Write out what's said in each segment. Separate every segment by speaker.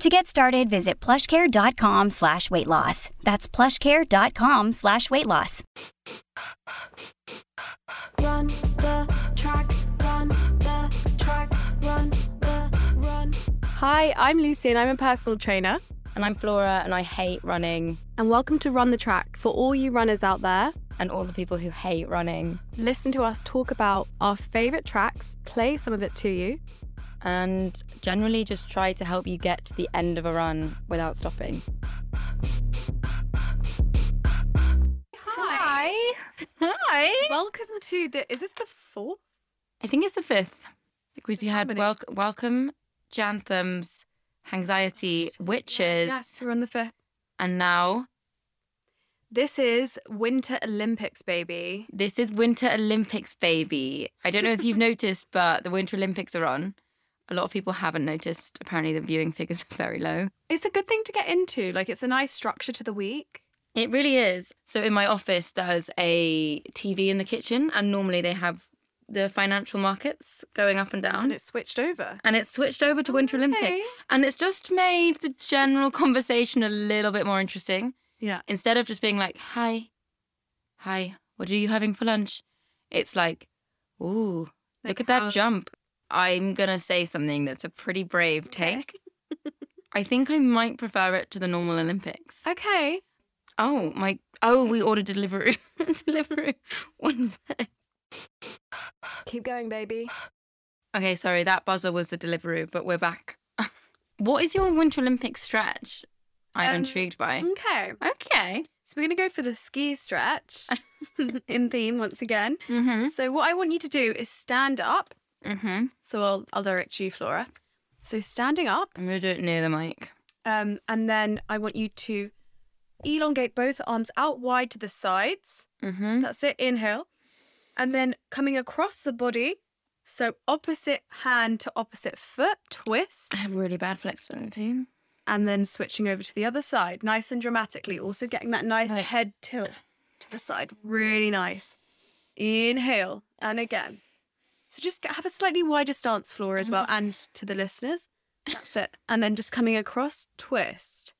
Speaker 1: To get started, visit plushcare.com slash weight loss. That's plushcare.com slash weight loss.
Speaker 2: Run the track, run the track, run the run.
Speaker 3: Hi, I'm Lucy and I'm a personal trainer.
Speaker 4: And I'm Flora, and I hate running,
Speaker 3: And welcome to Run the Track for all you runners out there.
Speaker 4: and all the people who hate running.
Speaker 3: Listen to us talk about our favourite tracks, play some of it to you.
Speaker 4: And generally just try to help you get to the end of a run without stopping.
Speaker 3: Hi.
Speaker 4: Hi.
Speaker 3: Welcome to the. Is this the fourth?
Speaker 4: I think it's the fifth because you had
Speaker 3: many?
Speaker 4: wel- Welcome, Jantham's, Anxiety, Witches,
Speaker 3: Yes, we're on the fifth.
Speaker 4: and now
Speaker 3: This is Winter Olympics, baby.
Speaker 4: this is Winter Olympics, baby. I don't know if you've noticed, but the Winter Olympics are on. A lot of people haven't noticed. Apparently, the viewing figures are very low.
Speaker 3: It's a good thing to get into. Like, it's a nice structure to the week.
Speaker 4: It really is. So in my office, there's a TV in the kitchen, and normally they have the financial markets going up and down.
Speaker 3: And it's switched over.
Speaker 4: and it's switched over to Winter
Speaker 3: Okay.
Speaker 4: Olympic, and it's just made the general conversation a little bit more interesting.
Speaker 3: Yeah.
Speaker 4: Instead of just being like, "Hi, hi, what are you having for lunch?" It's like, "Ooh,
Speaker 3: Like
Speaker 4: look at that
Speaker 3: how-
Speaker 4: jump!" I'm gonna say something that's a pretty brave take. I think I might prefer it to the normal Olympics.
Speaker 3: Okay.
Speaker 4: Oh my! Oh, we ordered delivery. delivery. One sec.
Speaker 2: Keep going, baby.
Speaker 4: Okay, sorry, that buzzer was the delivery, but we're back. what is your Winter Olympic stretch? I'm
Speaker 3: Um,
Speaker 4: intrigued by.
Speaker 3: Okay.
Speaker 4: Okay.
Speaker 3: So we're going to go for the ski stretch in theme once again.
Speaker 4: Mhm.
Speaker 3: So what I want you to do is stand up.
Speaker 4: Mhm.
Speaker 3: So I'll I'll direct you, Flora. So standing up,
Speaker 4: I'm gonna do it near the mic.
Speaker 3: um, and then I want you to elongate both arms out wide to the sides.
Speaker 4: Mhm.
Speaker 3: That's it. Inhale, and then coming across the body. So opposite hand to opposite foot, twist,
Speaker 4: I have really bad flexibility.
Speaker 3: and then switching over to the other side, nice and dramatically. Also getting that nice
Speaker 4: Right.
Speaker 3: head tilt to the side, really nice. Inhale, and again. So just have a slightly wider stance, Flora, as well, and to the listeners. That's it. And then just coming across, twist.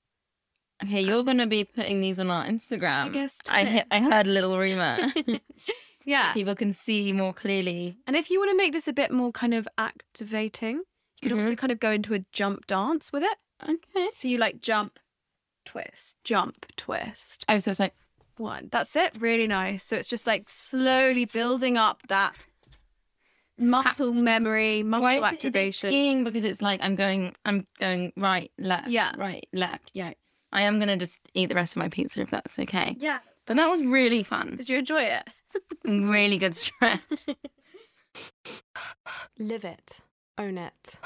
Speaker 4: Okay, you're gonna be putting these on our Instagram.
Speaker 3: I guessed
Speaker 4: Uh, I
Speaker 3: it.
Speaker 4: he- I heard a little rumor.
Speaker 3: Yeah.
Speaker 4: People can see more clearly.
Speaker 3: And if you want to make this a bit more kind of activating, you could also kind of go into a jump dance with it.
Speaker 4: Okay.
Speaker 3: So you like jump, twist, jump, twist.
Speaker 4: Oh, so it's like
Speaker 3: one. That's it. Really nice. So it's just like slowly building up that muscle memory, muscle
Speaker 4: Why is it- is it
Speaker 3: activation.
Speaker 4: skiing because it's like I'm going, I'm going right, left,
Speaker 3: Yeah.
Speaker 4: right, left, yeah. I am gonna just eat the rest of my pizza if that's okay.
Speaker 3: Yeah.
Speaker 4: But that was really fun,
Speaker 3: Did you enjoy it?
Speaker 4: really good stretch.
Speaker 2: Live it. Own it.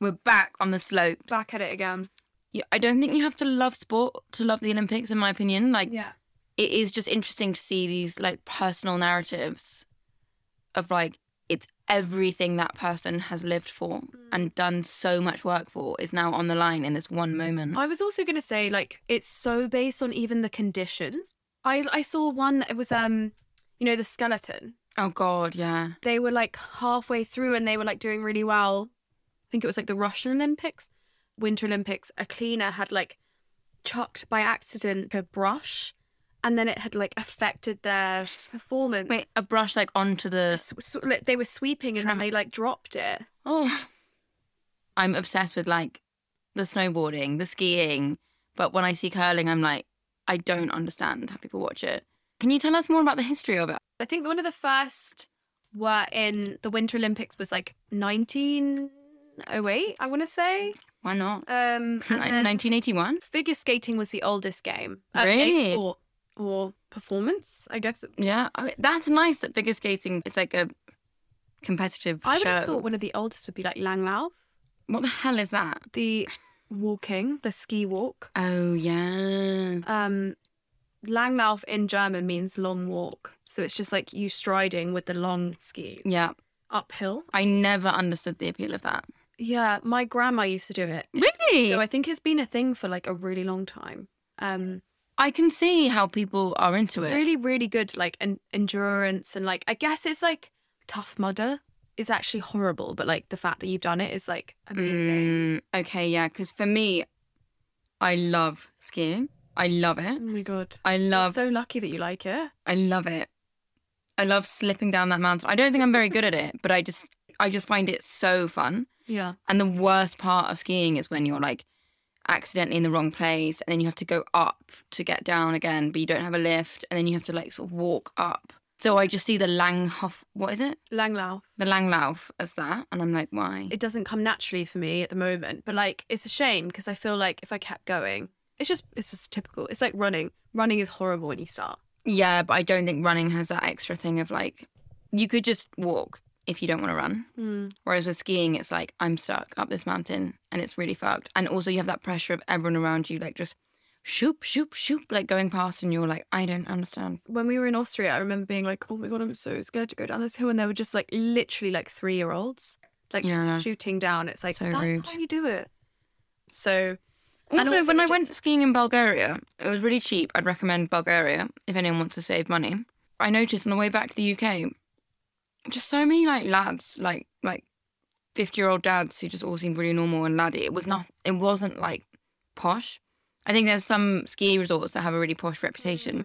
Speaker 4: We're back on the slopes.
Speaker 3: at it again.
Speaker 4: You- I don't think you have to love sport to love the Olympics, in my opinion. Like
Speaker 3: Yeah.
Speaker 4: it is just interesting to see these like personal narratives of like it's everything that person has lived for
Speaker 3: Mm.
Speaker 4: and done so much work for is now on the line in this one moment.
Speaker 3: I was also going to say like it's so based on even the conditions. I I saw one that it was um you know the skeleton.
Speaker 4: Oh God, yeah.
Speaker 3: They were like halfway through and they were like doing really well. I think it was like the Russian Olympics, Winter Olympics. A cleaner had like chucked by accident a brush and then it had like affected their performance.
Speaker 4: Wait, a brush like onto the.
Speaker 3: s- s- like, they were sweeping and then
Speaker 4: Tram-
Speaker 3: they like dropped it.
Speaker 4: Oh, I'm obsessed with like the snowboarding, the skiing, but when I see curling, I'm like, I don't understand how people watch it. Can you tell us more about the history of it?
Speaker 3: I think one of the first were in the Winter Olympics was like 1908, I want to say.
Speaker 4: Why not?
Speaker 3: Um, and
Speaker 4: Nin-
Speaker 3: then
Speaker 4: 1981?
Speaker 3: figure skating was the oldest game. uh,
Speaker 4: Really?
Speaker 3: ex- Or, or performance, I guess.
Speaker 4: Yeah. Oh, that's nice that figure skating is like a competitive
Speaker 3: I would
Speaker 4: show.
Speaker 3: have thought one of the oldest would be like Langlauf,
Speaker 4: what the hell is that?
Speaker 3: the walking, the ski walk.
Speaker 4: Oh, yeah.
Speaker 3: Um, Langlauf in German means long walk. So it's just like you striding with the long ski
Speaker 4: Yeah.
Speaker 3: uphill.
Speaker 4: I never understood the appeal of that.
Speaker 3: Yeah, my grandma used to do it.
Speaker 4: Really?
Speaker 3: So I think it's been a thing for like a really long time. Um,
Speaker 4: I can see how people are into it.
Speaker 3: really, really good like en- endurance and like I guess it's like tough mudder is actually horrible, but like the fact that you've done it is like amazing.
Speaker 4: Mm, okay, yeah, because for me, I love skiing. I love
Speaker 3: Oh
Speaker 4: it.
Speaker 3: my god,
Speaker 4: I
Speaker 3: I'm
Speaker 4: love,
Speaker 3: so lucky that you like it.
Speaker 4: I love it. I love slipping down that mountain. I don't think I'm very good at it, but I just, I just find it so fun.
Speaker 3: Yeah,
Speaker 4: And the worst part of skiing is when you're like accidentally in the wrong place, and then you have to go up to get down again, but you don't have a lift, and then you have to like sort of walk up. So I just see the Langhoff, what is it?
Speaker 3: Langlauf.
Speaker 4: The Langlauf as that, and I'm like, why?
Speaker 3: It doesn't come naturally for me at the moment, but like it's a shame because I feel like if I kept going, it's just it's just typical. It's like running. Running is horrible when you start.
Speaker 4: Yeah, but I don't think running has that extra thing of like, you could just walk if you don't want to run. Whereas with skiing, it's like, I'm stuck up this mountain and it's really fucked. And also, you have that pressure of everyone around you, like just shoop, shoop, shoop, like going past, and you're like, I don't understand.
Speaker 3: When we were in Austria, I remember being like, "Oh my god, I'm so scared to go down this hill," and they were just like literally like three year olds like
Speaker 4: Yeah.
Speaker 3: shooting down. It's like
Speaker 4: So
Speaker 3: that's
Speaker 4: rude.
Speaker 3: how you do it. So And
Speaker 4: Also,
Speaker 3: also
Speaker 4: when
Speaker 3: it
Speaker 4: I went
Speaker 3: just-
Speaker 4: skiing in Bulgaria, it was really cheap. I'd recommend Bulgaria if anyone wants to save money. I noticed on the way back to the UK, just so many like lads, like like fifty year old dads who just all seemed really normal and laddie. It was not. It wasn't like posh. I think there's some ski resorts that have a really posh reputation,
Speaker 3: Mm.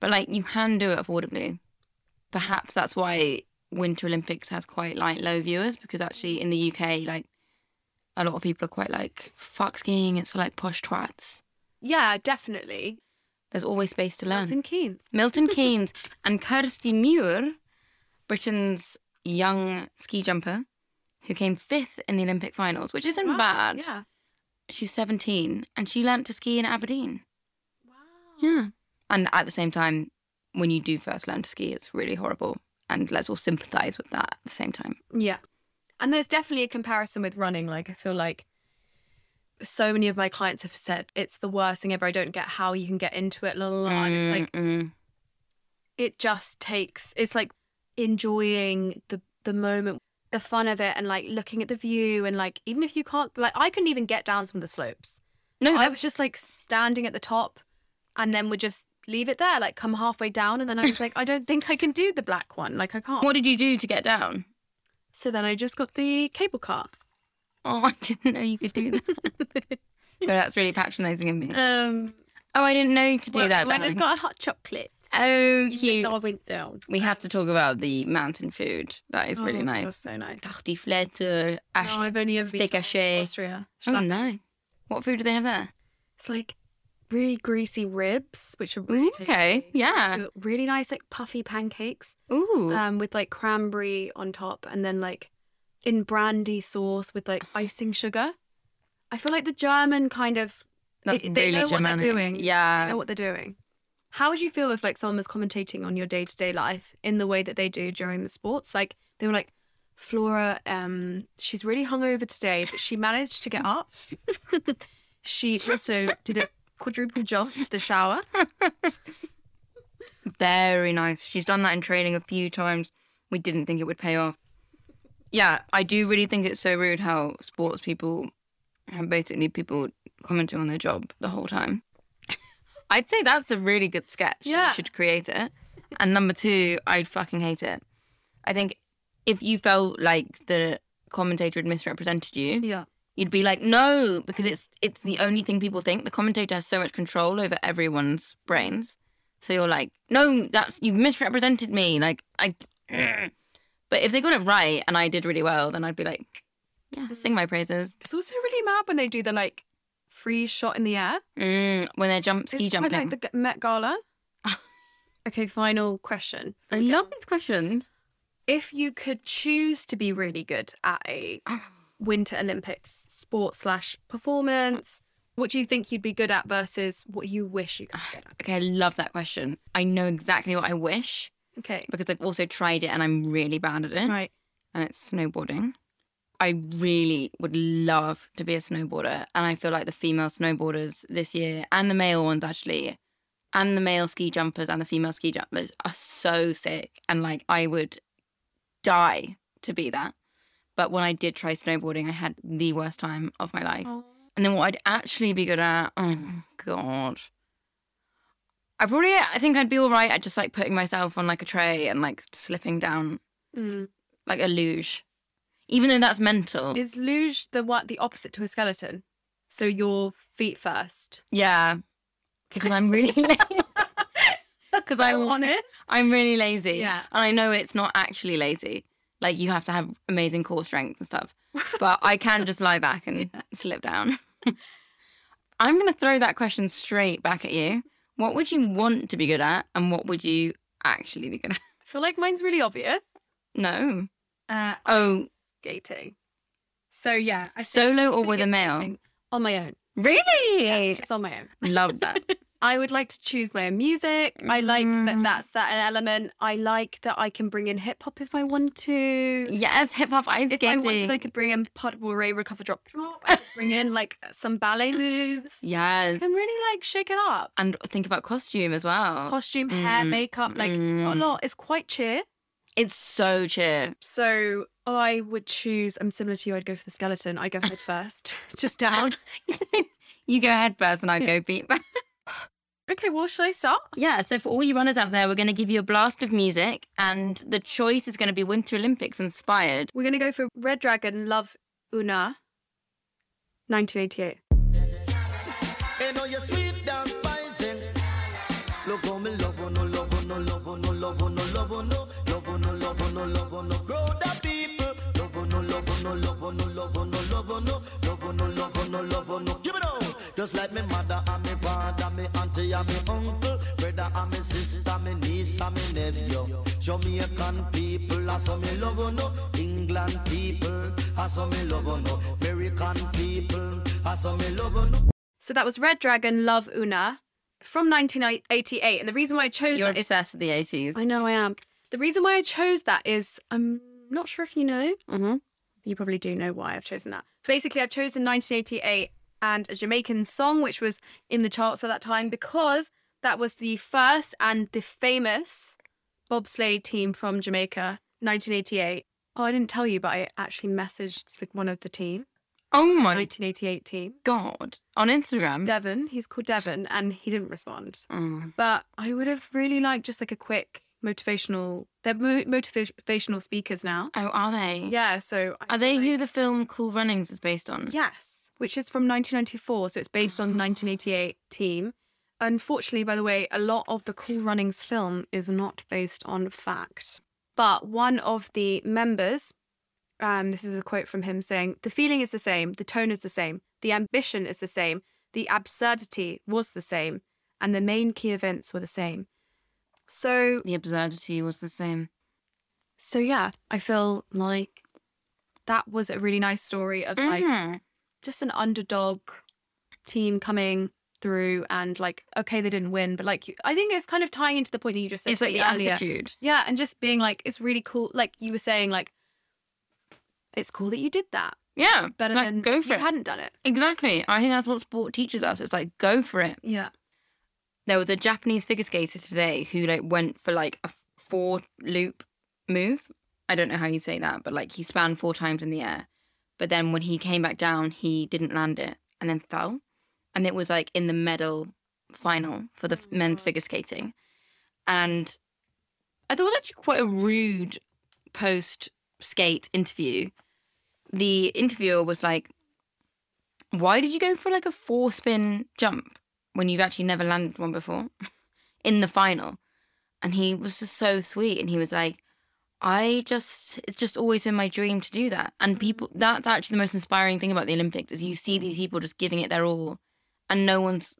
Speaker 4: but like you can do it affordably. Perhaps that's why Winter Olympics has quite like low viewers because actually in the UK, like a lot of people are quite like fuck skiing. It's for like posh twats.
Speaker 3: yeah, definitely.
Speaker 4: There's always space to learn.
Speaker 3: Milton Keynes.
Speaker 4: Milton Keynes and Kirsty Muir, Britain's young ski jumper, who came fifth in the Olympic finals, which isn't
Speaker 3: Wow,
Speaker 4: bad.
Speaker 3: Yeah.
Speaker 4: She's 17 and she learnt to ski in Aberdeen. Wow. Yeah. And at the same time, when you do first learn to ski, it's really horrible. And let's all sympathize with that at the same time.
Speaker 3: Yeah. And there's definitely a comparison with running. Like, I feel like so many of my clients have said it's the worst thing ever. I don't get how you can get into it. La, la, la. And it's like,
Speaker 4: Mm, mm.
Speaker 3: it just takes, it's like enjoying the, the moment, the fun of it, and like looking at the view. And like, even if you can't, like, I couldn't even get down some of the slopes.
Speaker 4: no,
Speaker 3: I
Speaker 4: that
Speaker 3: was just like standing at the top and then would just leave it there, like come halfway down. And then I was like, I don't think I can do the black one. Like, I can't.
Speaker 4: what did you do to get down?
Speaker 3: So then I just got the cable car.
Speaker 4: Oh, I didn't know you could do that. but that's really patronizing of me.
Speaker 3: Um,
Speaker 4: Oh, I didn't know you could do
Speaker 3: Well,
Speaker 4: that.
Speaker 3: When I've
Speaker 4: darling.
Speaker 3: got a hot chocolate,
Speaker 4: Oh,
Speaker 3: you
Speaker 4: cute.
Speaker 3: know I went down.
Speaker 4: We have to talk about the mountain food. That is really
Speaker 3: Oh,
Speaker 4: nice.
Speaker 3: that's so nice.
Speaker 4: Tartiflette, uh, ash.
Speaker 3: No, I've only ever been
Speaker 4: steak
Speaker 3: to
Speaker 4: haché.
Speaker 3: Austria.
Speaker 4: oh, no. What food do they have there?
Speaker 3: It's like really greasy ribs, which are really
Speaker 4: Ooh, okay. Uh.
Speaker 3: tasty.
Speaker 4: Yeah.
Speaker 3: So Really nice, like puffy pancakes
Speaker 4: Ooh.
Speaker 3: um, with like cranberry on top, and then like in brandy sauce with like icing sugar. I feel like the German kind of
Speaker 4: that's
Speaker 3: it- they
Speaker 4: really
Speaker 3: know what
Speaker 4: Germanic.
Speaker 3: they're doing. they know
Speaker 4: Yeah.
Speaker 3: what they're doing. How would you feel if like someone was commentating on your day to day life in the way that they do during the sports? Like they were like, Flora, um, she's really hungover today, but she managed to get up. she also did a quadruple jump to the shower.
Speaker 4: Very nice. She's done that in training a few times. We didn't think it would pay off. Yeah, I do really think it's so rude how sports people have basically people commenting on their job the whole time. I'd say that's a really good sketch.
Speaker 3: Yeah.
Speaker 4: You should create it. And number two, I'd fucking hate it. I think if you felt like the commentator had misrepresented you,
Speaker 3: Yeah.
Speaker 4: you'd be like, no, because it's it's the only thing people think. The commentator has so much control over everyone's brains. So you're like, no, that's you've misrepresented me. Like I, but if they got it right and I did really well, then I'd be like, yeah, sing my praises.
Speaker 3: It's also really mad when they do the like free shot in the air.
Speaker 4: Mm, when they're jump ski
Speaker 3: It's quite Like
Speaker 4: jumping,
Speaker 3: the G- Met Gala. Okay, final question.
Speaker 4: I love these questions.
Speaker 3: If you could choose to be really good at a Winter Olympics sport slash performance, what do you think you'd be good at versus what you wish you could be good at?
Speaker 4: Okay, I love that question. I know exactly what I wish
Speaker 3: Okay.
Speaker 4: because I've also tried it and I'm really bad at it.
Speaker 3: Right.
Speaker 4: And it's snowboarding. I really would love to be a snowboarder. And I feel like the female snowboarders this year and the male ones actually, and the male ski jumpers and the female ski jumpers are so sick. And like, I would die to be that. But when I did try snowboarding, I had the worst time of my life. And then what I'd actually be good at, oh god. I probably I think I'd be all right at just like putting myself on like a tray and like slipping down
Speaker 3: Mm.
Speaker 4: like a luge. Even though that's mental.
Speaker 3: Is luge the what the opposite to a skeleton? So your feet first.
Speaker 4: yeah. Because I'm really lazy.
Speaker 3: Because
Speaker 4: I-
Speaker 3: it.
Speaker 4: I'm really lazy.
Speaker 3: Yeah.
Speaker 4: And I know it's not actually lazy. Like you have to have amazing core strength and stuff. But I can just lie back and slip down. I'm gonna throw that question straight back at you. What would you want to be good at and what would you actually be good at?
Speaker 3: I feel like mine's really obvious.
Speaker 4: No.
Speaker 3: Uh,
Speaker 4: Oh,
Speaker 3: skating. So yeah, I
Speaker 4: solo or
Speaker 3: think
Speaker 4: with a
Speaker 3: it's
Speaker 4: male?
Speaker 3: skating. on my own.
Speaker 4: Really?
Speaker 3: It's on my own.
Speaker 4: Love that.
Speaker 3: I would like to choose my own music. I like
Speaker 4: Mm-hmm.
Speaker 3: that that's that an element. I like that I can bring in hip hop if I want to.
Speaker 4: Yes, hip hop ice
Speaker 3: If I wanted,
Speaker 4: skating.
Speaker 3: I could bring in pot ray recover drop drop. I could bring in like some ballet moves.
Speaker 4: yes.
Speaker 3: I can really like shake it up.
Speaker 4: And think about costume as well.
Speaker 3: Costume, hair,
Speaker 4: Mm,
Speaker 3: makeup, like it's got a
Speaker 4: mm.
Speaker 3: lot. It's quite cheer.
Speaker 4: it's so cheer.
Speaker 3: So I would choose. I'm similar to you. I'd go for the skeleton. I'd go head first, just down.
Speaker 4: you go head first and I go beat back.
Speaker 3: Okay, well, should I start?
Speaker 4: Yeah, so for all you runners out there, we're going to give you a blast of music and the choice is going to be Winter Olympics inspired.
Speaker 3: We're gonna go for Red Dragon, Love Una, 1988.
Speaker 5: And know you sweet damn poison. Look how me love oh no love oh no love oh no love oh no love oh no love oh no love oh no love oh no grow the people. Love oh no love oh no love oh no love oh no love oh no love oh no love oh no love oh no. Give it on. Just like me mother and me father, me auntie and me uncle, brother and me sister, me niece and me nephew. Jamaican people, I saw me love oh no. England people, I saw me love oh no. American people, I saw me love oh no.
Speaker 3: So that was Red Dragon, Love Una, from 1988. And the reason why I chose
Speaker 4: You're
Speaker 3: that is-
Speaker 4: obsessed with the 80s.
Speaker 3: I know I am. The reason why I chose that is I'm not sure if you know.
Speaker 4: Mm-hmm.
Speaker 3: You probably do know why I've chosen that. Basically, I've chosen 1988 and a Jamaican song, which was in the charts at that time, because that was the first and the famous bobsleigh team from Jamaica, 1988. Oh, I didn't tell you, but I actually messaged the, one of the team,
Speaker 4: Oh my
Speaker 3: 1988 team,
Speaker 4: God. On Instagram.
Speaker 3: Devon. He's called Devon, and he didn't respond.
Speaker 4: Mm.
Speaker 3: But I would have really liked just like a quick motivational. They're mo- motivational speakers now.
Speaker 4: Oh, are they?
Speaker 3: Yeah, so I
Speaker 4: Are they
Speaker 3: like-
Speaker 4: who the film Cool Runnings is based on?
Speaker 3: Yes, which is from 1994, so it's based on 1988 team. Unfortunately, by the way, a lot of the Cool Runnings film is not based on fact. But one of the members, um, this is a quote from him saying, "The feeling is the same, the tone is the same, the ambition is the same, the absurdity was the same, and the main key events were the same." So,
Speaker 4: The absurdity was the same.
Speaker 3: so yeah, I feel like that was a really nice story of like
Speaker 4: Mhm.
Speaker 3: just an underdog team coming through and like okay they didn't win but like you, i think it's kind of tying into the point that you just said
Speaker 4: it's like the
Speaker 3: earlier.
Speaker 4: attitude.
Speaker 3: yeah and just being like it's really cool like you were saying like it's cool that you did that
Speaker 4: Yeah,
Speaker 3: better
Speaker 4: like,
Speaker 3: than
Speaker 4: go
Speaker 3: if
Speaker 4: for
Speaker 3: you
Speaker 4: it.
Speaker 3: hadn't done it
Speaker 4: Exactly. I think that's what sport teaches us. It's like go for it.
Speaker 3: yeah
Speaker 4: There was a Japanese figure skater today who like went for like a four loop move. I don't know how you say that, but like he span four times in the air. But then when he came back down, he didn't land it and then fell. And it was like in the medal final for the f- men's figure skating. And I thought it was actually quite a rude post skate interview. The interviewer was like, Why did you go for like a four spin jump when you've actually never landed one before in the final? And he was just so sweet. And he was like, I just, it's just always been my dream to do that. And people, that's actually the most inspiring thing about the Olympics is you see these people just giving it their all and no one's,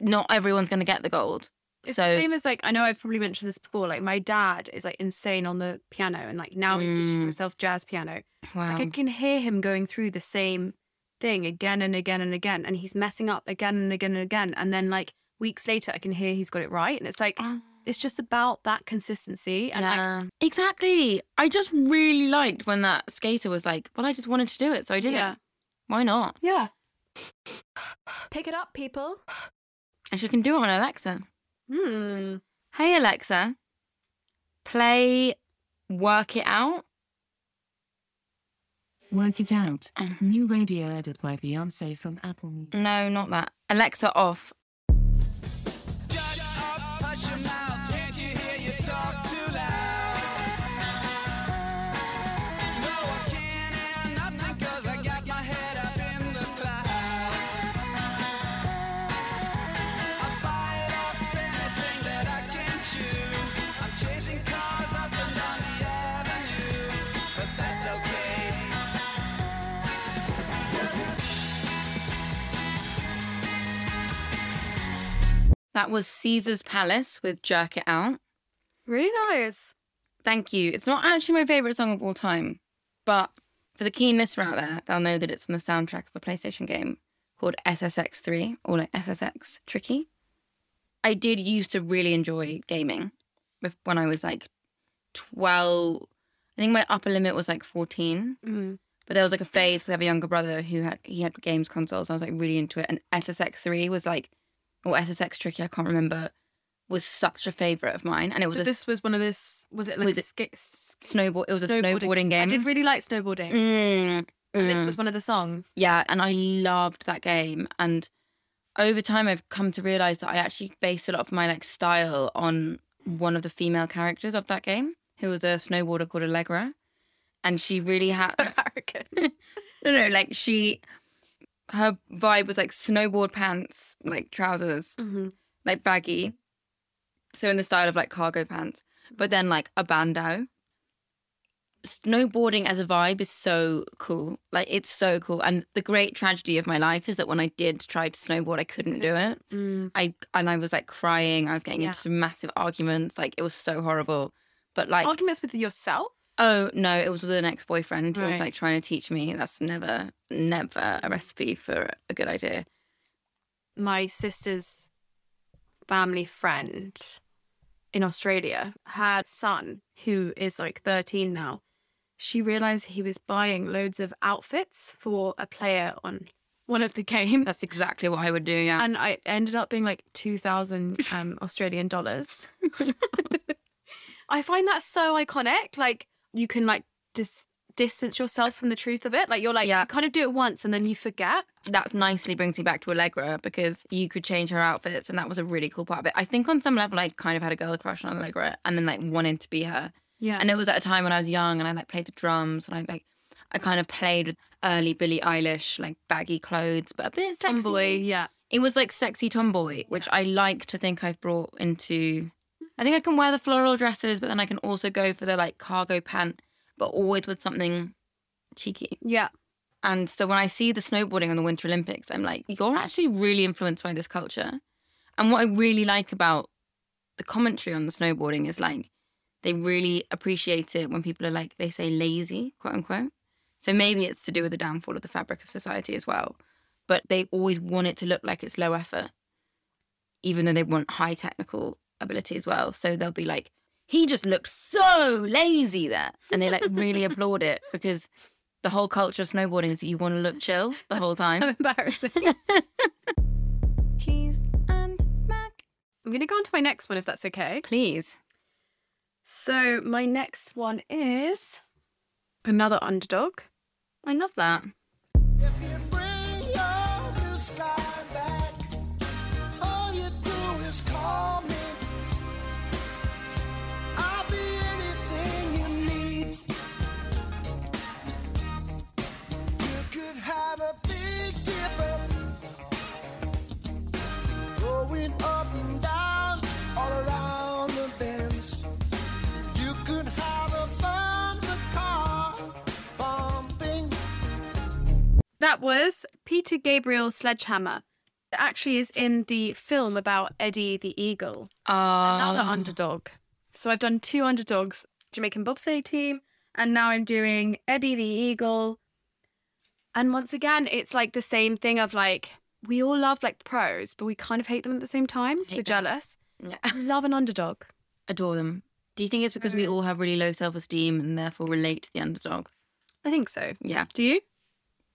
Speaker 4: not everyone's going to get the gold.
Speaker 3: It's
Speaker 4: So-
Speaker 3: the same as like I know I've probably mentioned this before. Like my dad is like insane on the piano, and like now he's teaching
Speaker 4: Mm.
Speaker 3: himself jazz piano.
Speaker 4: Wow.
Speaker 3: Like I can hear him going through the same thing again and again and again, and he's messing up again and again and again. And then like weeks later, I can hear he's got it right, and it's like it's just about that consistency. And like,
Speaker 4: Ah. yeah. exactly. I just really liked when that skater was like, "Well, I just wanted to do it, so I did
Speaker 3: Yeah.
Speaker 4: it. Why not?"
Speaker 3: yeah,
Speaker 2: Pick it up, people.
Speaker 4: And she can do it on Alexa.
Speaker 3: Hmm.
Speaker 4: Hey Alexa, play "Work It Out."
Speaker 6: Work it out. New radio edit by Beyonce from Apple Music.
Speaker 4: No, not that. Alexa off. That was Caesar's Palace with "Jerk It Out."
Speaker 3: really nice.
Speaker 4: Thank you. It's not actually my favorite song of all time, but for the keen listener out there, they'll know that it's on the soundtrack of a PlayStation game called SSX3 or like SSX Tricky. I did used to really enjoy gaming bef- when I was like 12. I think my upper limit was like 14,
Speaker 3: Mm.
Speaker 4: but there was like a phase because I have a younger brother who had he had games consoles. I was like really into it, and SSX3 was like, or SSX Tricky, I can't remember, was such a favorite of mine, and it was
Speaker 3: So
Speaker 4: a
Speaker 3: this was one of this. Was it like
Speaker 4: Was
Speaker 3: a
Speaker 4: it-
Speaker 3: sk- s-
Speaker 4: snowboard. It was a
Speaker 3: snowboarding-
Speaker 4: snowboarding, game.
Speaker 3: I did really like snowboarding.
Speaker 4: Mm,
Speaker 3: and This
Speaker 4: mm.
Speaker 3: was one of the songs.
Speaker 4: yeah, and I loved that game. And over time, I've come to realize that I actually based a lot of my like style on one of the female characters of that game, who was a snowboarder called Allegra, and she really had
Speaker 3: So arrogant.
Speaker 4: no, no, like she, her vibe was like snowboard pants, like trousers,
Speaker 3: Mhm.
Speaker 4: like baggy. So in the style of like cargo pants, but then like a bandeau. Snowboarding as a vibe is so cool. Like it's so cool. And the great tragedy of my life is that when I did try to snowboard, I couldn't do it.
Speaker 3: Mm.
Speaker 4: I and I was like crying. I was getting
Speaker 3: Yeah.
Speaker 4: into massive arguments. Like it was so horrible. But like
Speaker 3: Arguments with yourself.
Speaker 4: Oh no, it was with an ex-boyfriend who was
Speaker 3: Right.
Speaker 4: like trying to teach me. That's never, never a recipe for a good idea.
Speaker 3: my sister's family friend in Australia, her son, who is like 13 now, she realized he was buying loads of outfits for a player on one of the games.
Speaker 4: That's exactly what I would do. Yeah,
Speaker 3: and I ended up being like 2,000 um, Australian dollars. I find that so iconic. Like, you can like dis- distance yourself from the truth of it. Like, you're like,
Speaker 4: Yeah.
Speaker 3: you kind of do it once and then you forget.
Speaker 4: that nicely brings me back to Allegra because you could change her outfits, and that was a really cool part of it. I think on some level, I kind of had a girl crush on Allegra, and then like wanted to be her.
Speaker 3: Yeah.
Speaker 4: And it was at a time when I was young, and I like played the drums, and I like, I kind of played with early Billie Eilish, like baggy clothes, but a bit sexy.
Speaker 3: Tomboy, yeah.
Speaker 4: It was like sexy tomboy, which I like to think I've brought into. I think I can wear the floral dresses, but then I can also go for the like cargo pant, but always with something cheeky.
Speaker 3: Yeah.
Speaker 4: And so when I see the snowboarding on the Winter Olympics, I'm like, you're actually really influenced by this culture. And what I really like about the commentary on the snowboarding is like, they really appreciate it when people are like, they say lazy, quote unquote. So maybe it's to do with the downfall of the fabric of society as well. But they always want it to look like it's low effort, even though they want high technical ability as well. So they'll be like, he just looked so lazy there. And they like really applaud it because the whole culture of snowboarding is that you want to look chill the whole
Speaker 3: So
Speaker 4: time.
Speaker 3: embarrassing.
Speaker 2: Cheese and mac.
Speaker 3: I'm going to go on to my next one if that's okay.
Speaker 4: Please.
Speaker 3: So, my next one is another underdog.
Speaker 4: I love that.
Speaker 5: Going up and down, all around the bends. You could have a fun car bumping
Speaker 3: That was Peter Gabriel Sledgehammer. that actually is in the film about Eddie the Eagle, another
Speaker 4: Uh,
Speaker 3: underdog. So I've done two underdogs, Jamaican bobsleigh team, and now I'm doing Eddie the Eagle. And once again, it's like the same thing of like we all love like pros, but we kind of hate them at the same time. so
Speaker 4: them.
Speaker 3: jealous.
Speaker 4: yeah.
Speaker 3: We love an underdog.
Speaker 4: Adore them. Do you think it's because we all have really low self esteem and therefore relate to the underdog?
Speaker 3: I think so.
Speaker 4: Yeah,
Speaker 3: Do you?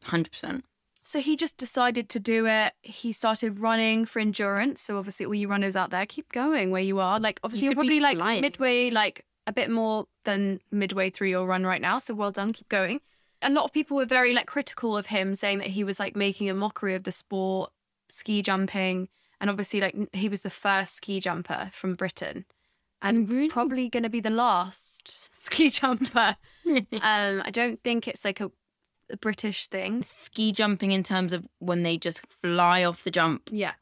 Speaker 4: 100%.
Speaker 3: So he just decided to do it. He started running for endurance. So obviously, all you runners out there, keep going where you are. Like obviously,
Speaker 4: You
Speaker 3: you are
Speaker 4: could
Speaker 3: probably
Speaker 4: be
Speaker 3: like
Speaker 4: flying.
Speaker 3: midway, like a bit more than midway through your run right now. So well done, keep going. A lot of people were very like critical of him, saying that he was like making a mockery of the sport, ski jumping, and obviously like n- he was the first ski jumper from Britain, and
Speaker 4: Really?
Speaker 3: probably going to be the last ski jumper. um, I don't think it's like a, a British thing.
Speaker 4: Ski jumping in terms of when they just fly off the jump,
Speaker 3: Yeah,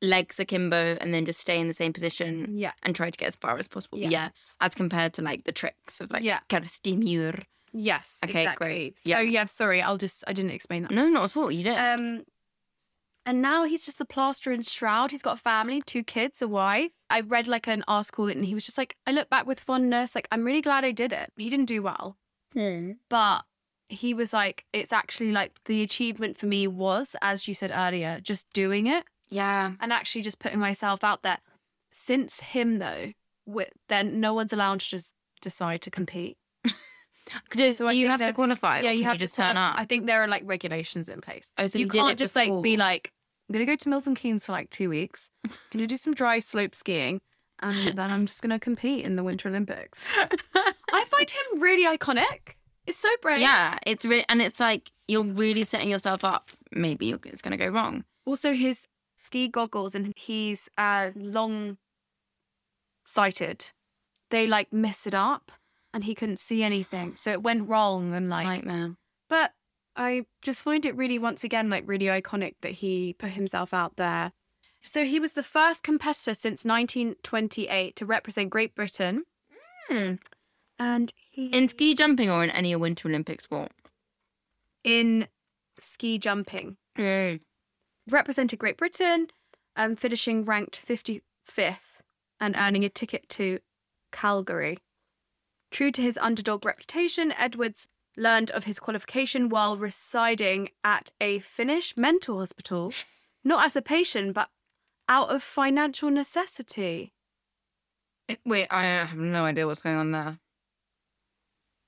Speaker 4: legs akimbo, and then just stay in the same position
Speaker 3: yeah.
Speaker 4: and try to get as far as possible. Yeah.
Speaker 3: Yes.
Speaker 4: As compared to like the tricks of like
Speaker 3: Yeah.
Speaker 4: Kerstimur.
Speaker 3: Yes.
Speaker 4: Okay,
Speaker 3: exactly.
Speaker 4: great.
Speaker 3: So
Speaker 4: Yeah.
Speaker 3: yeah. sorry, I'll just I didn't explain that.
Speaker 4: No, not at all. You don't.
Speaker 3: Um and now he's just a plaster and shroud. He's got a family, two kids, a wife. I read like an article and he was just like, I look back with fondness, like I'm really glad I did it. He didn't do well.
Speaker 4: Hmm.
Speaker 3: But he was like, it's actually like the achievement for me was, as you said earlier, just doing it
Speaker 4: yeah.
Speaker 3: and actually just putting myself out there. Since him though, with, then no one's allowed to just decide to compete.
Speaker 4: Do,
Speaker 3: So I
Speaker 4: you
Speaker 3: think
Speaker 4: have to
Speaker 3: that-
Speaker 4: qualify. or
Speaker 3: yeah,
Speaker 4: can
Speaker 3: you have
Speaker 4: just
Speaker 3: to
Speaker 4: turn up.
Speaker 3: I think there are like regulations in place.
Speaker 4: Oh, so
Speaker 3: you
Speaker 4: he did
Speaker 3: can't
Speaker 4: it
Speaker 3: just like be
Speaker 4: before.
Speaker 3: like, I'm gonna go to Milton Keynes for like two weeks. I'm gonna do some dry slope skiing, and then I'm just gonna compete in the Winter Olympics. I find him really iconic. It's so brave.
Speaker 4: Yeah, it's really, and it's like you're really setting yourself up. Maybe you're- it's going to go wrong.
Speaker 3: Also, his ski goggles and he's uh, long sighted. They like mess it up, and he couldn't see anything, so it went wrong. And like,
Speaker 4: Nightmare.
Speaker 3: But I just find it really, once again, like really iconic that he put himself out there. So he was the first competitor since 1928 to represent Great Britain.
Speaker 4: Hmm.
Speaker 3: And he
Speaker 4: In ski jumping or in any Winter Olympic sport?
Speaker 3: in ski jumping
Speaker 4: Mm.
Speaker 3: represented Great Britain, um, finishing ranked 55th and earning a ticket to Calgary. True to his underdog reputation, Edwards learned of his qualification while residing at a Finnish mental hospital, not as a patient, but out of financial necessity.
Speaker 4: Wait, I have no idea what's going on there.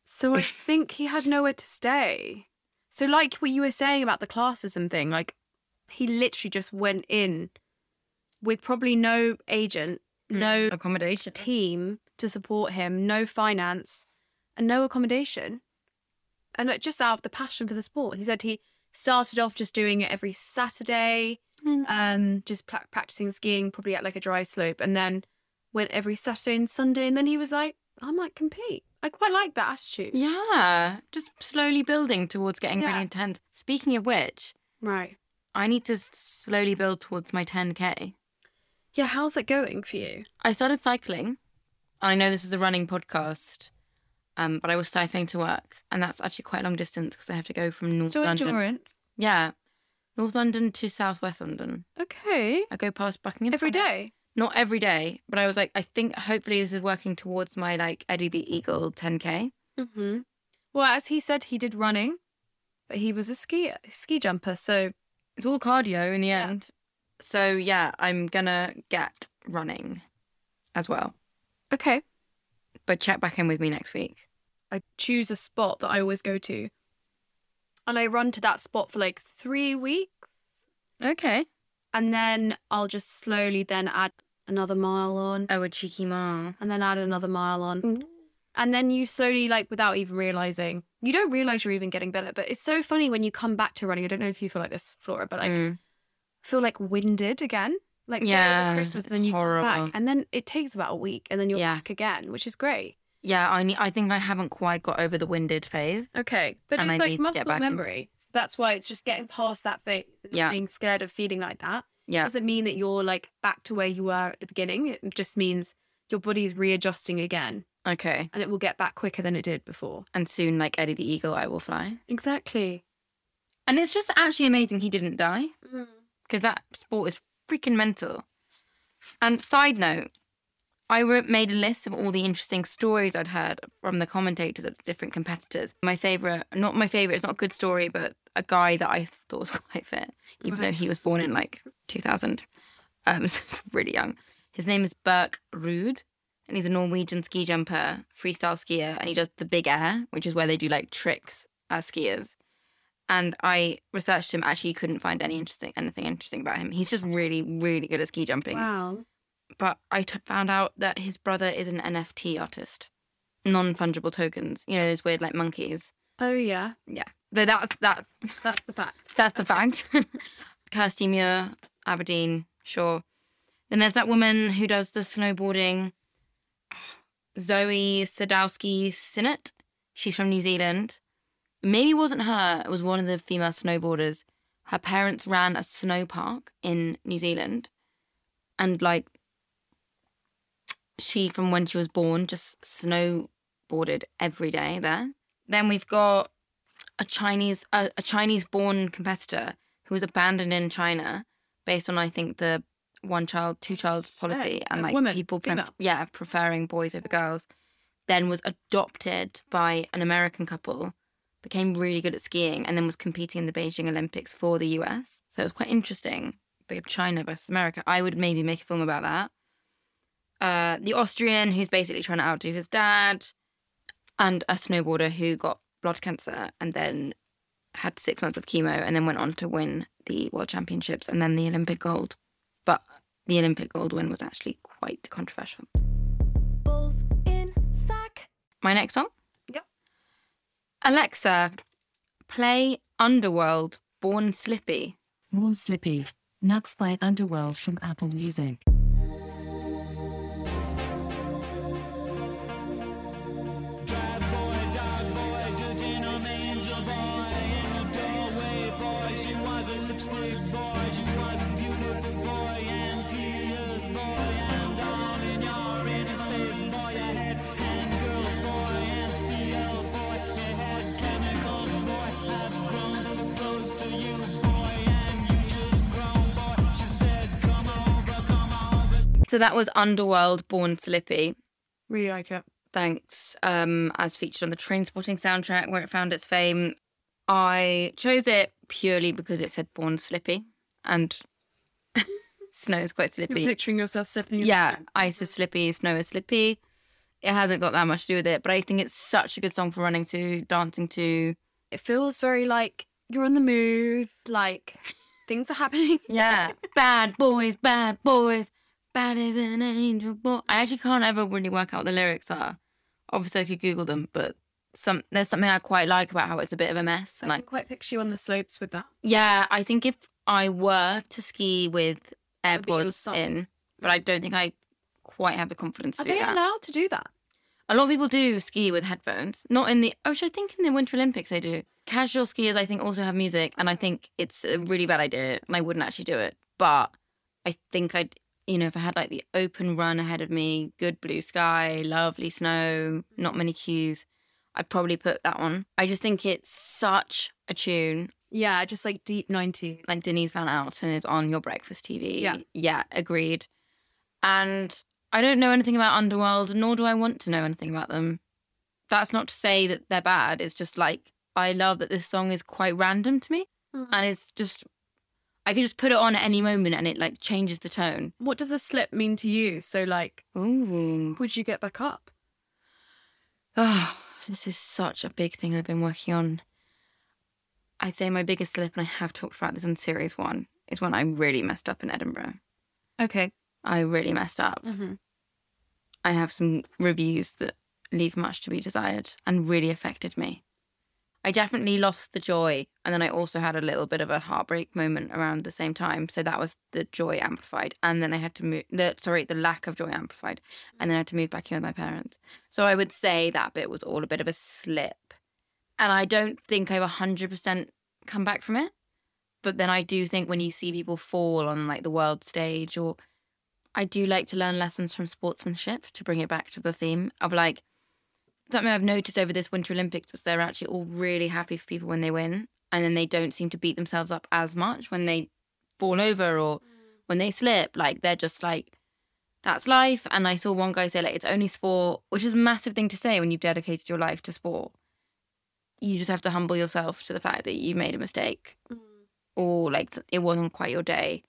Speaker 3: So I think he had nowhere to stay. So, like what you were saying about the classism thing, like he literally just went in with probably no agent,
Speaker 4: Mm,
Speaker 3: no
Speaker 4: accommodation.
Speaker 3: team to support him, no finance, and no accommodation. And like, just out of the passion for the sport, he said he started off just doing it every Saturday,
Speaker 4: Mm.
Speaker 3: um, just pra- practicing skiing, probably at like a dry slope, and then went every Saturday and Sunday. And then he was like, I might compete. I quite like that attitude.
Speaker 4: Yeah, just slowly building towards getting
Speaker 3: Yeah.
Speaker 4: really intense. Speaking of which,
Speaker 3: Right.
Speaker 4: I need to s- slowly build towards my 10k.
Speaker 3: Yeah. How's that going for you?
Speaker 4: I started cycling. And I know this is a running podcast, um, but I was cycling to work, and that's actually quite a long distance because I have to go from North
Speaker 3: Still
Speaker 4: London.
Speaker 3: endurance.
Speaker 4: Yeah. North London to Southwest London.
Speaker 3: Okay.
Speaker 4: I go past Buckingham.
Speaker 3: Every day.
Speaker 4: Not every day, but I was like, I think hopefully this is working towards my like Eddie B. Eagle 10K.
Speaker 3: Mm-hmm. Well, as he said, he did running, but he was a skier, ski jumper. So
Speaker 4: It's all cardio in the end. So yeah, I'm gonna get running as well.
Speaker 3: okay,
Speaker 4: But check back in with me next week.
Speaker 3: I choose a spot that I always go to, and I run to that spot for like three weeks,
Speaker 4: Okay.
Speaker 3: and then I'll just slowly then add another mile on,
Speaker 4: Oh, a cheeky ma.
Speaker 3: and then add another mile on,
Speaker 4: Mm.
Speaker 3: and then you slowly like without even realizing, you don't realize you're even getting better. But it's so funny when you come back to running. I don't know if you feel like this, Flora, but like
Speaker 4: Mm.
Speaker 3: feel like winded again. Like say, over
Speaker 4: Yeah,
Speaker 3: Christmas, and
Speaker 4: it's
Speaker 3: then you come back,
Speaker 4: horrible.
Speaker 3: and then it takes about a week, and then you're
Speaker 4: Yeah.
Speaker 3: back again, which is great.
Speaker 4: Yeah, I need, I think I haven't quite got over the winded phase.
Speaker 3: Okay, but
Speaker 4: And
Speaker 3: it's
Speaker 4: I need
Speaker 3: like
Speaker 4: to get
Speaker 3: muscle
Speaker 4: back in.
Speaker 3: memory. So that's why it's just getting past that phase. and not
Speaker 4: Yeah.
Speaker 3: being scared of feeling like that
Speaker 4: Yeah.
Speaker 3: doesn't mean that you're like back to where you were at the beginning. It just means your body's readjusting again,
Speaker 4: Okay.
Speaker 3: and it will get back quicker than it did before.
Speaker 4: And soon, like Eddie the Eagle, I will fly.
Speaker 3: Exactly.
Speaker 4: And it's just actually amazing he didn't die. because Mm. that sport is freaking mental. And side note, I wrote, made a list of all the interesting stories I'd heard from the commentators of different competitors. My favorite, not my favorite, it's not a good story, but a guy that I thought was quite fit, even though he was born in like 2000, um, so he's really young. His name is Burke Rude, and he's a Norwegian ski jumper, freestyle skier, and he does the big air, which is where they do like tricks as skiers. And I researched him. Actually, couldn't find any interesting anything interesting about him. He's just really, really good at ski jumping
Speaker 3: Wow.
Speaker 4: but I t- found out that his brother is an NFT artist, non fungible tokens. You know those weird like monkeys.
Speaker 3: Oh yeah,
Speaker 4: Yeah, but that's that's
Speaker 3: that's the fact.
Speaker 4: that's the fact. Kirsty Muir, Aberdeen, sure. Then there's that woman who does the snowboarding, Zoe Sadowski Sinnott. She's from New Zealand. Maybe it wasn't her, it was one of the female snowboarders. Her parents ran a snow park in New Zealand. And like, she, from when she was born, just snowboarded every day there. Then we've got a Chinese a, a Chinese born competitor who was abandoned in China based on I think the one child two child policy and
Speaker 3: a
Speaker 4: like
Speaker 3: woman,
Speaker 4: people pref-
Speaker 3: female.
Speaker 4: yeah preferring boys over girls then was adopted by an American couple became really good at skiing and then was competing in the Beijing Olympics for the US so it was quite interesting the China versus America I would maybe make a film about that uh, the Austrian who's basically trying to outdo his dad and a snowboarder who got blood cancer and then had six months of chemo and then went on to win the world championships and then the Olympic gold. But the Olympic gold win was actually quite controversial.
Speaker 2: Bulls in sack.
Speaker 4: My next song?
Speaker 3: Yep.
Speaker 4: Alexa, play Underworld Born Slippy.
Speaker 6: More Slippy. Nux by Underworld from Apple Music.
Speaker 4: So that was Underworld Born Slippy.
Speaker 3: Really like it.
Speaker 4: thanks um as featured on the train spotting soundtrack where it found its fame i chose it purely because it said born slippy and snow is quite
Speaker 3: You're
Speaker 4: slippy
Speaker 3: picturing yourself slipping. in-
Speaker 4: yeah ice is slippy snow is slippy it hasn't got that much to do with it but i think it's such a good song for running to dancing to
Speaker 3: It feels very like you're on the move. Like things are happening.
Speaker 4: yeah bad boys bad boys bad as an angel boy i actually can't ever really work out what the lyrics are obviously if you google them but some there's something i quite like about how it's a bit of a mess and
Speaker 3: I
Speaker 4: i
Speaker 3: can quite picture you on the slopes with that.
Speaker 4: Yeah, I think if I were to ski with
Speaker 3: It'd be your
Speaker 4: AirPods
Speaker 3: song.
Speaker 4: in, but I don't think I quite have the confidence to
Speaker 3: Are
Speaker 4: do
Speaker 3: they
Speaker 4: that.
Speaker 3: allowed to do that?
Speaker 4: A lot of people do ski with headphones. Not in the, oh, which I think in the Winter Olympics they do. Casual skiers, I think, also have music, and I think it's a really bad idea, and I wouldn't actually do it. But I think I'd, you know, if I had like the open run ahead of me, good blue sky, lovely snow, not many cues, I'd probably put that on. I just think it's such a tune.
Speaker 3: Yeah, just like deep nineties.
Speaker 4: like Denise Van Outen is on your breakfast TV.
Speaker 3: Yeah.
Speaker 4: Yeah, agreed. And I don't know anything about Underworld, nor do I want to know anything about them. That's not to say that they're bad. It's just like I love that this song is quite random to me.
Speaker 3: Mhm.
Speaker 4: And it's just I can just put it on at any moment and it like changes the tone.
Speaker 3: What does a slip mean to you? So like,
Speaker 4: Ooh.
Speaker 3: would you get back up?
Speaker 4: Oh, this is such a big thing I've been working on. I'd say my biggest slip, and I have talked about this on series one, is when I really messed up in Edinburgh.
Speaker 3: Okay.
Speaker 4: I really messed up.
Speaker 3: Mhm.
Speaker 4: I have some reviews that leave much to be desired and really affected me. I definitely lost the joy. And then I also had a little bit of a heartbreak moment around the same time. So that was the joy amplified. And then I had to move, the, sorry, the lack of joy amplified. And then I had to move back in with my parents. So I would say that bit was all a bit of a slip. And I don't think I've 100% come back from it. But then I do think when you see people fall on like the world stage or I do like to learn lessons from sportsmanship to bring it back to the theme of like something I've noticed over this Winter Olympics is they're actually all really happy for people when they win, and then they don't seem to beat themselves up as much when they fall over or when they slip, like they're just like that's life. And I saw one guy say like it's only sport, which is a massive thing to say when you've dedicated your life to sport. You just have to humble yourself to the fact that you made a mistake or like it wasn't quite your day,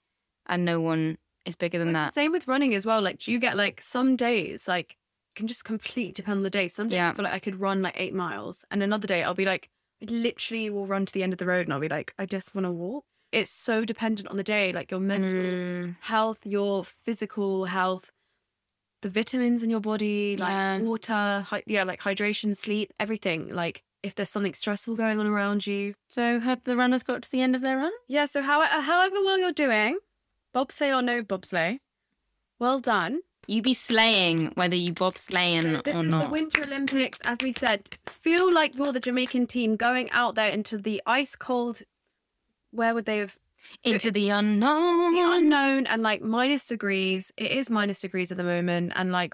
Speaker 4: and no one is bigger than
Speaker 3: Well,
Speaker 4: that.
Speaker 3: it's the Same with running as well. Like, do you get like some days like it can just completely depend on the day. Some days
Speaker 4: Yeah.
Speaker 3: I feel like I could run like eight miles, and another day I'll be like, I literally will run to the end of the road, and I'll be like, I just want to walk. It's so dependent on the day, like your mental
Speaker 4: Mm,
Speaker 3: health, your physical health, the vitamins in your body, like
Speaker 4: Yeah.
Speaker 3: water, hy- yeah, like hydration, sleep, everything. Like if there's something stressful going on around you,
Speaker 4: so have the runners got to the end of their run?
Speaker 3: yeah, so how, uh, however well you're doing, bobsleigh or no bobsleigh, well done.
Speaker 4: You be slaying whether you bobsleighing
Speaker 3: This
Speaker 4: or
Speaker 3: is
Speaker 4: not.
Speaker 3: the Winter Olympics, as we said. Feel like you're the Jamaican team going out there into the ice cold, where would they have
Speaker 4: Into the
Speaker 3: the
Speaker 4: unknown.
Speaker 3: unknown and like minus degrees. It is minus degrees at the moment, and like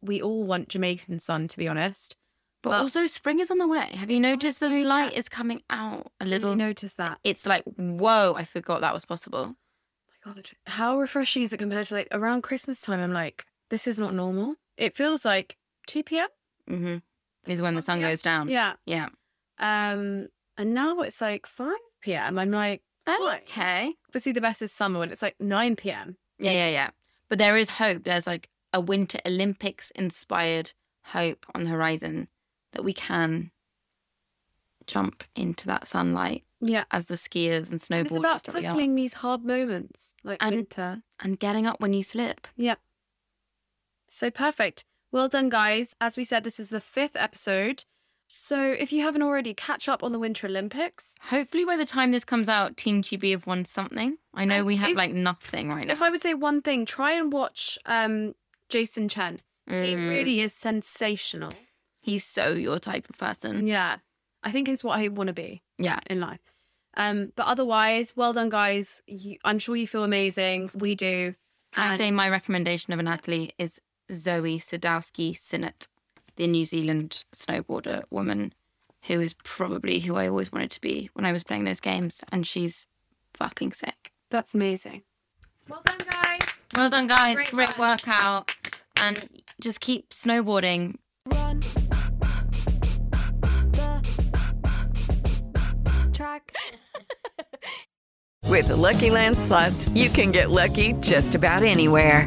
Speaker 3: we all want Jamaican sun, to be honest.
Speaker 4: But also, spring is on the way. Have you noticed the light is coming out a
Speaker 3: did
Speaker 4: little?
Speaker 3: you notice that.
Speaker 4: It's like, whoa, I forgot that was possible.
Speaker 3: Oh my god, how refreshing is it compared to like around Christmas time? I'm like, this is not normal. It feels like 2 p.m.
Speaker 4: hmm Is when the sun
Speaker 3: Yeah.
Speaker 4: goes down.
Speaker 3: Yeah.
Speaker 4: Yeah.
Speaker 3: Um, and now it's like 5 p.m. I'm like, Right.
Speaker 4: Oh, Okay.
Speaker 3: obviously the best is summer when it's like 9 p.m.
Speaker 4: Yeah, yeah, yeah. But there is hope. There's like a Winter Olympics inspired hope on the horizon that we can jump into that sunlight
Speaker 3: Yeah.
Speaker 4: as the skiers and
Speaker 3: And it's about
Speaker 4: snowboarders that we are.
Speaker 3: tackling these hard moments like
Speaker 4: And-
Speaker 3: winter.
Speaker 4: And getting up when you slip.
Speaker 3: Yeah. So perfect. Well done, guys. As we said, this is the fifth episode. So if you haven't already, catch up on the Winter Olympics.
Speaker 4: Hopefully, by the time this comes out, Team Chibi have won something. I know
Speaker 3: And
Speaker 4: we have
Speaker 3: if-
Speaker 4: like nothing right now.
Speaker 3: If I would say one thing, try and watch um, Jason Chen. He
Speaker 4: Mm.
Speaker 3: really is sensational.
Speaker 4: He's so your type of person.
Speaker 3: Yeah. I think it's what I want to be.
Speaker 4: Yeah.
Speaker 3: in life. Um, but otherwise, well done, guys. You, I'm sure you feel amazing. We do.
Speaker 4: Can I
Speaker 3: And-
Speaker 4: say my recommendation of an athlete is Zoe Sadowski Sinnott, the New Zealand snowboarder woman who is probably who I always wanted to be when I was playing those games. And she's fucking sick.
Speaker 3: That's amazing. Well done, guys.
Speaker 4: Well done, guys.
Speaker 3: Great
Speaker 4: Great,
Speaker 3: work.
Speaker 4: workout. And just keep snowboarding.
Speaker 2: Run the track.
Speaker 7: With the Lucky Land slots, you can get lucky just about anywhere.